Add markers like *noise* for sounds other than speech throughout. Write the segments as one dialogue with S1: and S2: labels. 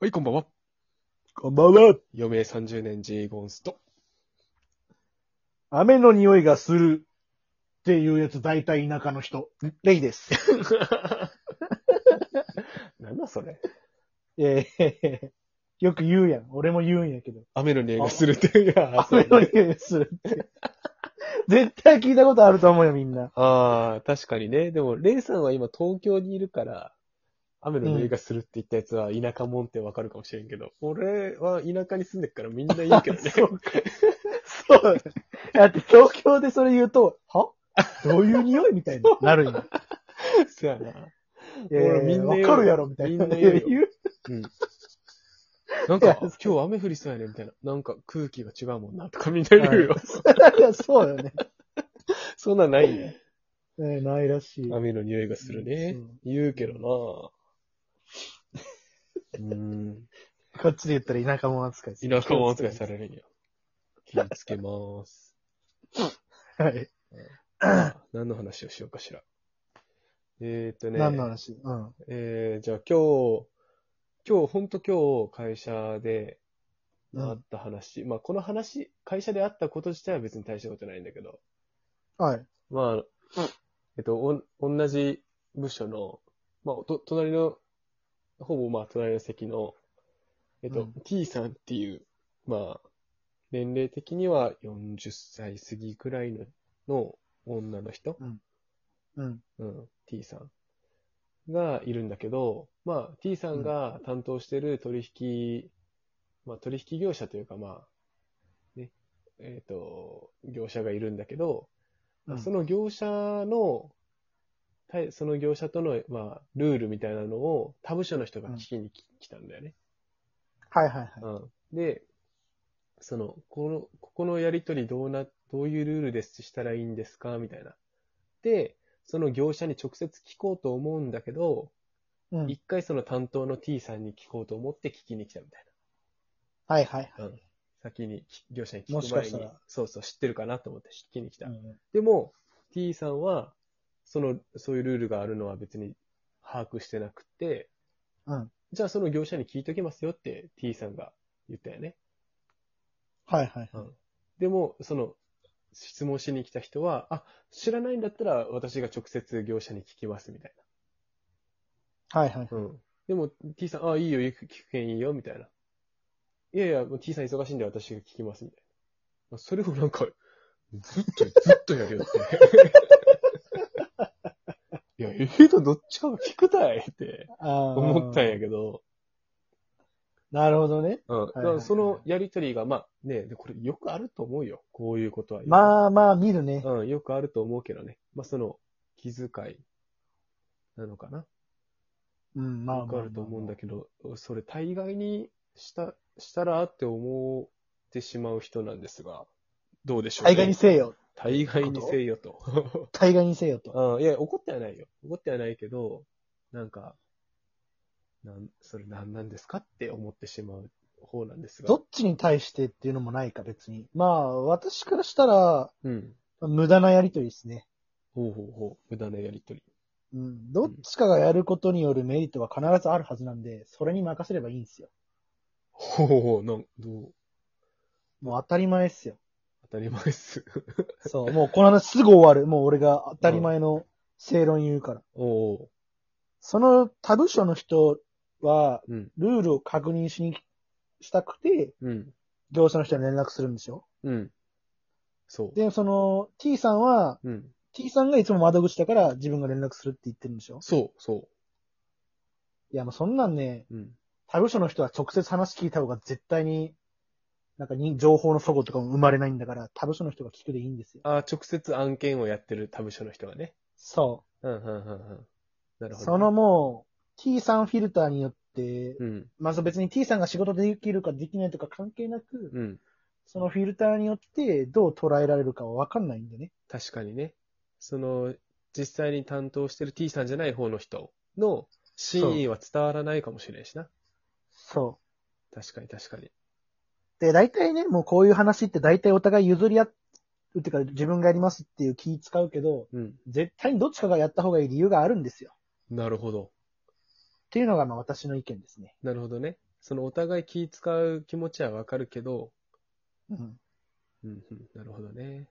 S1: はい、こんばんは。
S2: こんばんは。
S1: 余命30年 G ゴンス
S2: *laughs*
S1: と。
S2: 雨の匂いがするっていうやつ、大体田舎の人。レイ *laughs* です。
S1: なんだそれ。
S2: えー *laughs* よく言うやん。俺も言うんやけど。
S1: 雨の匂いがするっていう。いや
S2: *laughs* 雨の匂いがするって。 *laughs* 絶対聞いたことあると思うよ、みんな。
S1: ああ、確かにね。でも、レイさんは今東京にいるから、雨の匂いがするって言ったやつは田舎もんってわかるかもしれんけど、俺は田舎に住んでるからみんな言うけどね。
S2: *laughs* そうか。そう。 *laughs* だって東京でそれ言うと、はどういう匂いみたいになるんや。
S1: そうやな。
S2: えー
S1: ほらみんな
S2: わ
S1: 言う
S2: かるやろ、みたいな。
S1: みんな言うよ
S2: *laughs* 言う
S1: うん。なん
S2: いや
S1: か、今日雨降りそうやね、みたいな。なんか空気が違うもんな、とかみんな言うよ。
S2: いやそう *laughs* よね。
S1: *laughs* そんなんないね。
S2: えーないらしい。
S1: 雨の匂いがするね。言うけどなうん。
S2: こっちで言ったら田舎もん扱いする
S1: 田舎も扱いされるんや。気をつけまーす。
S2: はい。
S1: 何の話をしようかしら。えーっとね。
S2: 何の話うん。
S1: えー、じゃあ今日、今日、ほんと今日会社で、
S2: うん
S1: あった話。まあこの話、会社であったこと自体は別に大したことないんだけど。
S2: はい。
S1: まあ、えっと、おん、同じ部署の、まあ、と、隣の、ほぼまあ、隣の席の、えっと、
S2: うん
S1: T さんっていう、まあ、年齢的には40歳過ぎくらいの、の女の人、
S2: うん。
S1: うん、T さんがいるんだけど、まあ、T さんが担当してる取引、まあ、取引業者というか、まあ、ね、えっ、と、業者がいるんだけど、
S2: うん
S1: その業者の、たいその業者との、まあ、ルールみたいなのを他部署の人が聞きにき来たんだよね。
S2: はいはいはい。
S1: うんで、その、この、ここのやりとりどうな、どういうルールですしたらいいんですかみたいな。で、その業者に直接聞こうと思うんだけど、
S2: うん。
S1: 一回その担当の T さんに聞こうと思って聞きに来たみたい
S2: はいはい
S1: な。うん。先にき業者に聞く前
S2: も
S1: に
S2: しかしたら
S1: そうそう、知ってるかなと思って聞きに来た。
S2: はい。
S1: でも、T さんは、その、そういうルールがあるのは別に把握してなくて、
S2: うん。
S1: じゃあその業者に聞いときますよって T さんが言ったよね。
S2: はいはい。
S1: でも、その、質問しに来た人は、あ、知らないんだったら私が直接業者に聞きますみたい
S2: はいはい。
S1: な。うん。でも、T さん、あ、いいよ、聞く聞くけんいいよ、みたいな。いやいや、もう T さん忙しいんで私が聞きます、みたいな。まあそれをなんか、ずっと、ずっとやるよ
S2: *laughs*
S1: って。いや、ええとどっちかが聞くたいって思
S2: 思
S1: ったんやけど、
S2: なるほどね。
S1: うん。だ
S2: い
S1: か
S2: はいはい
S1: らそのやりとりが、まあね、でこれよくあると思うよ。こういうことは。
S2: まあまあ見るね。
S1: うん、よくあると思うけどね。まあ、その、気遣いなのかな。
S2: うん、まあまあ
S1: よくあると思うんだけど、それ大概にした、したらって思ってしまう人なんですが、どうでしょう、
S2: 大概にせえよ。
S1: 大概にせよと。
S2: 大概にせえよと。
S1: うん、いや、怒ってはないよ。怒ってはないけど、なんか、なん、それ何なんですかって思ってしまう方なんですが。
S2: どっちに対してっていうのもないか、別に。まあ、私からしたら、
S1: うん。
S2: 無駄なやりとりですね。
S1: ほうほうほう。無駄なやりとり。
S2: うん。どっちかがやることによるメリットが必ずあるはずなんで、それに任せればいいんですよ。
S1: ほうほうほう、なん、どう、
S2: もう当たり前っすよ。
S1: 当たり前っす。 *laughs*
S2: そう。もうこの話すぐ終わる。もう俺が当たり前の正論言うから。
S1: おう
S2: その他部署の人は、
S1: おう。うん。
S2: ルールを確認しに、したくて、
S1: うん。
S2: 業者の人に連絡するんですよ。
S1: うん。そう。
S2: で、その、T さんは、
S1: うん。
S2: T さんがいつも窓口だから自分が連絡するって言ってるんでしょ
S1: そう、そ
S2: いや、もうそんなんね、
S1: う。うん。
S2: 他部署の人は直接話聞いた方が絶対に、なんかに情報の齟齬とかも生まれないんだから、他部署の人が聞くでいいんですよ。
S1: ああ、直接案件をやってる他部署の人がね。
S2: そ
S1: うん、うん、うん、うん。な
S2: う。
S1: るほど。
S2: その、もう、T さんフィルターによって、
S1: うん、
S2: まあそう別に T さんが仕事できるかできないとか関係なく、
S1: うん。
S2: そのフィルターによってどう捉えられるかはわかんないんでね。
S1: 確かにね。その、実際に担当してる T さんじゃない方の人の真意は伝わらないかもしれんしな。
S2: そう。
S1: 確かに、確かに。
S2: で、大体ね、もうこういう話って大体お互い譲り合うっていうか自分がやりますっていう気使うけど、
S1: うん。
S2: 絶対にどっちかがやった方がいい理由があるんですよ。
S1: なるほど。
S2: っていうのがまあ私の意見ですね。
S1: なるほどね。そのお互い気使う気持ちはわかるけど、
S2: うん。
S1: うんうん、なるほどね。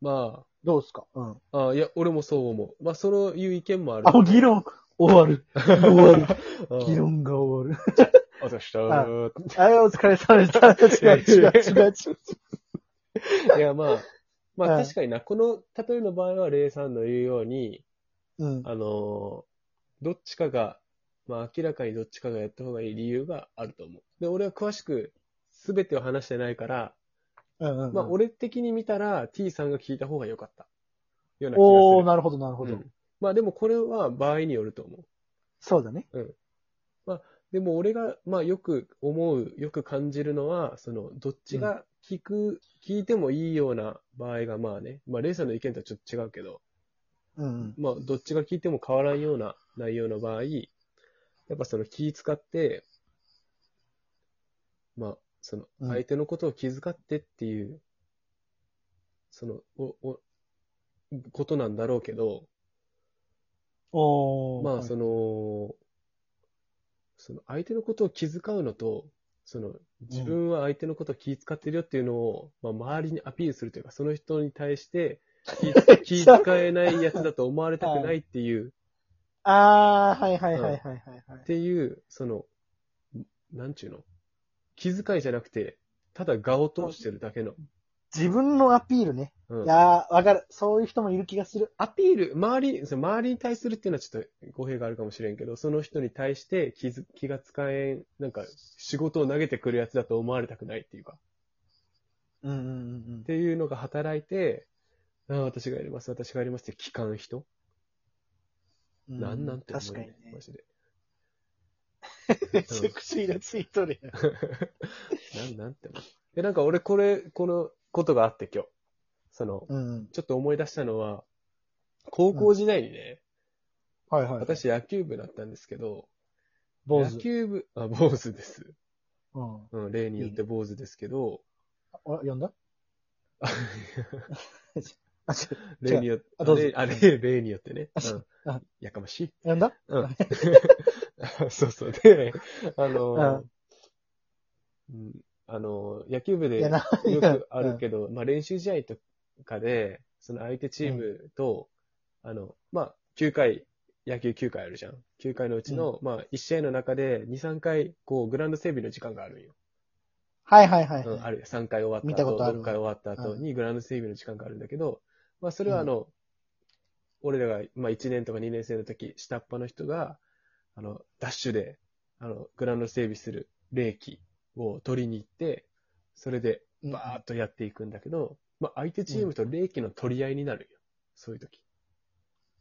S1: ま
S2: どうですかうん。
S1: あ、あいや、俺もそう思う。まあ、そういう意見もある。
S2: あ、もう議論終わる。終わる。
S1: *laughs* うん
S2: *laughs* 議。論が終わる。
S1: あざした
S2: あはい、お疲れ様でした。違う違う違う違う。
S1: いや、まあ、ま
S2: う
S1: あ
S2: ん
S1: 確かにな、この例えの場合は、レイさんの言うように、
S2: うん。
S1: あのーどっちかが、まあ明らかにどっちかがやった方がいい理由があると思う。で、俺は詳しく全てを話してないから、
S2: うんうんうん
S1: まあ俺的に見たら T さんが聞いた方が良かった。ような気がする。
S2: おー、なるほどなるほど
S1: う。んまあでもこれは場合によると思う。
S2: そうだね。
S1: でも俺が、まあよく思う、よく感じるのは、その、どっちが聞く、聞いてもいいような場合がまあね、まあレイさんの意見とはちょっと違うけど、
S2: うんうん。
S1: まあ、どっちが聞いても変わらんような内容の場合、やっぱその気使って、まあ、その、
S2: うん
S1: 相手のことを気遣ってっていう、その、お、お、ことなんだろうけど、
S2: おー。
S1: ま
S2: は
S1: あ、
S2: い
S1: その、その、相手のことを気遣うのと、その、自分は相手のことを気遣ってるよっていうのを、まあ、周りにアピールするというか、その人に対して、
S2: *laughs*
S1: 気気遣えないやつだと思われたくないっていう、
S2: あー、はいはいはいはいはいは
S1: っ
S2: い。
S1: ていう、その、んなんちゅうの気遣いじゃなくて、ただ顔を通してるだけの。
S2: 自分のアピールね。
S1: うん
S2: いやー、わかる。そういう人もいる気がする。
S1: アピール、周り、その周りに対するっていうのはちょっと語弊があるかもしれんけど、その人に対して気づ気が使えん、なんか仕事を投げてくるやつだと思われたくないっていうか、
S2: うんうんうん
S1: っていうのが働いて、ああ私がやります、私がやりますって聞かん人、
S2: うん。
S1: なんなんて思う、
S2: 確かにね。
S1: マジで。 *laughs*
S2: めちゃくちゃイラついとるやん。
S1: なんなんて思う。で、なんか俺これ、このことがあって今日。その、
S2: うんうん。
S1: ちょっと思い出したのは、高校時代にね、
S2: はいはい。、
S1: 私野球部だったんですけど、
S2: 坊
S1: 野
S2: 主。
S1: 球部、あ、坊主です。
S2: うん。
S1: うん、例によって坊主ですけど、
S2: あ、呼んだ
S1: あ
S2: あ、違う。
S1: *laughs* 例によって、
S2: あどうぞ
S1: 例あ例例によってね。う
S2: あ
S1: ん、やかましい。
S2: 呼んだ
S1: うん。
S2: *laughs*
S1: そうそう。で、あの、うん、あの、野球部で
S2: いや
S1: よ
S2: な
S1: くあるけど、まあ練習試合とかで、その相手チームと、あの、まあ、9回、野球9回あるじゃん。9回のうちの、まあ、1試合の中で2、3回、こう、グラウンド整備の時間があるんよ。
S2: はいはいはい。
S1: うん、ある。3回終わった後、
S2: 見たことある
S1: 6回終わった後にグラウンド整備の時間があるんだけど、まあ、それはあの、俺らが、まあ、1年とか2年生の時、下っ端の人が、あの、ダッシュで、あの、グラウンド整備する冷気を取りに行って、それで、
S2: うん
S1: バーッとやっていくんだけど、まあ、相手チームと冷気の取り合いになるよ。そういう時。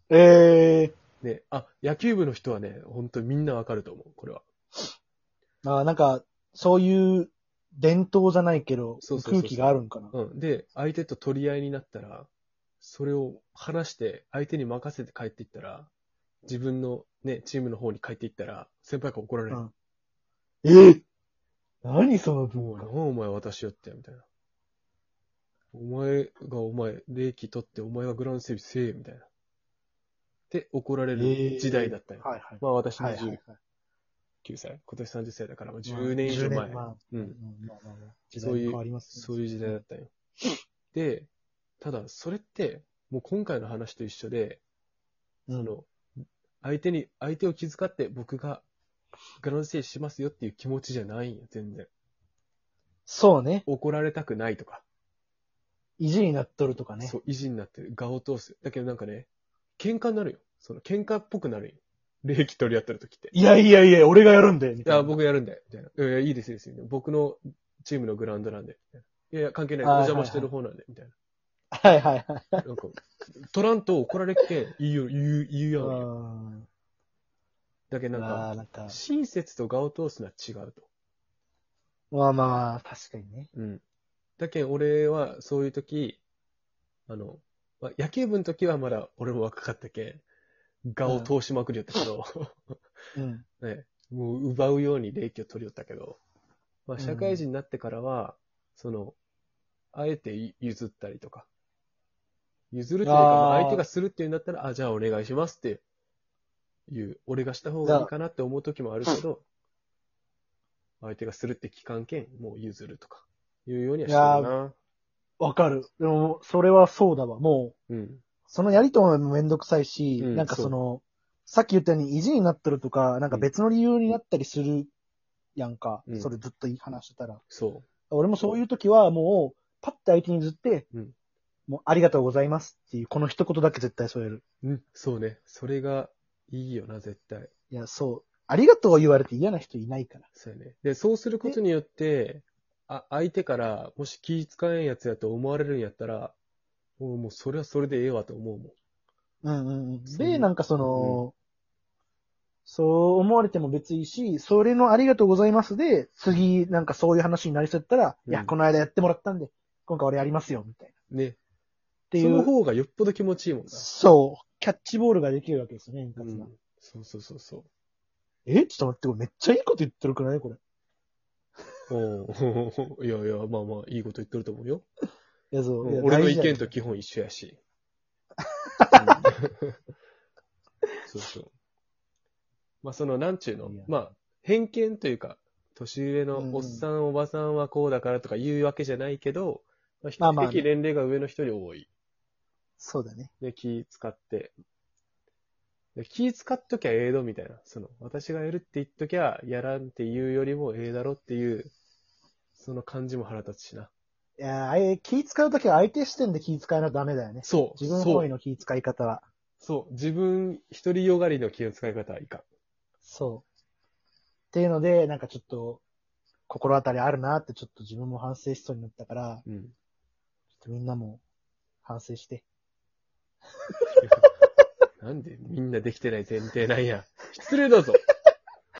S2: ええ
S1: で、あ、野球部の人はね、本当みんなわかると思う、これは。
S2: ー。あ、なんか、そういう伝統じゃないけど
S1: そう、そうそうそう
S2: 空気があるんかな。
S1: うん。で、相手と取り合いになったら、それを話して、相手に任せて帰っていったら、自分のね、チームの方に帰っていったら、先輩から怒られる。
S2: うんええ何そ
S1: も
S2: の文
S1: う、
S2: 化
S1: な。お前私よって、みたいな。お前がお前、礼儀取って、お前がグラウンド整備せえ、みたいな。って怒られる時代だったよ。
S2: はいはい。
S1: まあ私の
S2: はいはい
S1: 19
S2: はい。
S1: 歳、今年30歳だから、まあ10年以上
S2: まあ
S1: 前。
S2: 10まあ
S1: うん。
S2: まあまあまあ
S1: そういう
S2: 時代も変わりますね
S1: そういう時代だったよ。で、ただ、それって、もう今回の話と一緒で、
S2: うん
S1: その、相手に、相手を気遣って僕がグラウンド整理しますよっていう気持ちじゃないんよ、全然。
S2: そうね。
S1: 怒られたくないとか、
S2: 意地になっとるとかね。
S1: そう、意地になってる、顔を通す。だけどなんかね、喧嘩になるよ。その、喧嘩っぽくなるよ。礼儀取り合ってる時って。い
S2: いやいやいや、俺がやるんだよ。みたい
S1: や、
S2: な。
S1: 僕やるんで、みたいな。いやいや、いいですよ、いいですよ。僕のチームのグラウンドなんで。みたいないやいや、関係ない。お
S2: あー
S1: 邪魔してる方なんで、みたいな。
S2: はいはいはい。
S1: なんか、取らんと怒られっけん、言うよ、言う、言うやんよ。だけど
S2: ま
S1: なん
S2: あ、
S1: か、
S2: なんか、
S1: 親切と顔を通すのは違うと。
S2: まあまあ、確かにね。
S1: うん。だけど俺はそういう時、あの、まあ、野球部の時はまだ俺も若かったけん、顔を通しまくりよったけど、
S2: うん。
S1: ね、もう奪うように霊気を取りよったけど、まあ、
S2: うん
S1: 社会人になってからは、その、あえてゆ譲ったりとか、譲るというか、
S2: あー
S1: まあ相手がするっていうんだったら、あ、じゃあお願いしますっていう、俺がした方がいいかなって思う時もあるけど、相手がするって期間権、もう譲るとか、いうようにはしてるな。
S2: わかる。でも、それはそうだわ。もう、
S1: うん。
S2: そのやりとりもめんどくさいし、
S1: うん
S2: なんかその、さっき言ったように意地になってるとか、なんか別の理由になったりするやんか。
S1: うん
S2: それずっと話してたら。
S1: そ
S2: 俺もそういう時はもう、パッて相手に譲って、
S1: うん
S2: もうありがとうございますっていう、この一言だけ絶対添える。
S1: う。うん、そうね。それがいいよな、絶対。
S2: いや、そう。ありがとうを言われて嫌な人いないから。
S1: そうやね。で、そうすることによって、あ、相手から、もし気使えんやつやと思われるんやったら、もう、もうそれはそれでええわと思うもん。
S2: うんうんうん。
S1: そう
S2: で、なんかその、そう思われても別にいいし、それのありがとうございますで、次なんかそういう話になりそうやったら、
S1: うん
S2: いや、この間やってもらったんで、今回俺やりますよ、みたいな。っ
S1: ね。
S2: てい
S1: その
S2: う、
S1: 方がよっぽど気持ちいいもんな。
S2: そう、キャッチボールができるわけですよね、円
S1: う
S2: 滑な。
S1: ん。そうそうそうそ
S2: えちょっと待って、これめっちゃいいこと言ってるくないこれ。
S1: う。おう *laughs* いやいや、まあまあ、いいこと言ってると思うよ。
S2: いや、そう。いや
S1: 俺の
S2: 大
S1: 意
S2: 事だよ
S1: 見と基本一緒や
S2: *laughs*
S1: し。うんそうそう。まあ、その、なんちゅうの
S2: いや、
S1: まあ、偏見というか、年上
S2: うん
S1: の
S2: うん
S1: おっさん、おばさんはこうだからとか言うわけじゃないけど、まあ、比
S2: まあまあ
S1: 較的年齢が上の人に多い。
S2: そうだね。
S1: ね、気使って。で気使っときゃええどみたいな。その、私がやるって言っときゃ、やらんっていうよりもええだろっていう、その感じも腹立つしな。
S2: いや、あれ、気使うときは相手視点で気使わないとダメだよね。
S1: そう。
S2: 自分
S1: そう
S2: 本位の気使い方は。
S1: そう。自分一人よがりの気の使い方はいかん。
S2: そう。っていうので、なんかちょっと、心当たりあるなってちょっと自分も反省しそうになったから、
S1: うん。
S2: ちょっとみんなも反省して。
S1: なんでみんなできてない前提なんや。失礼だぞ。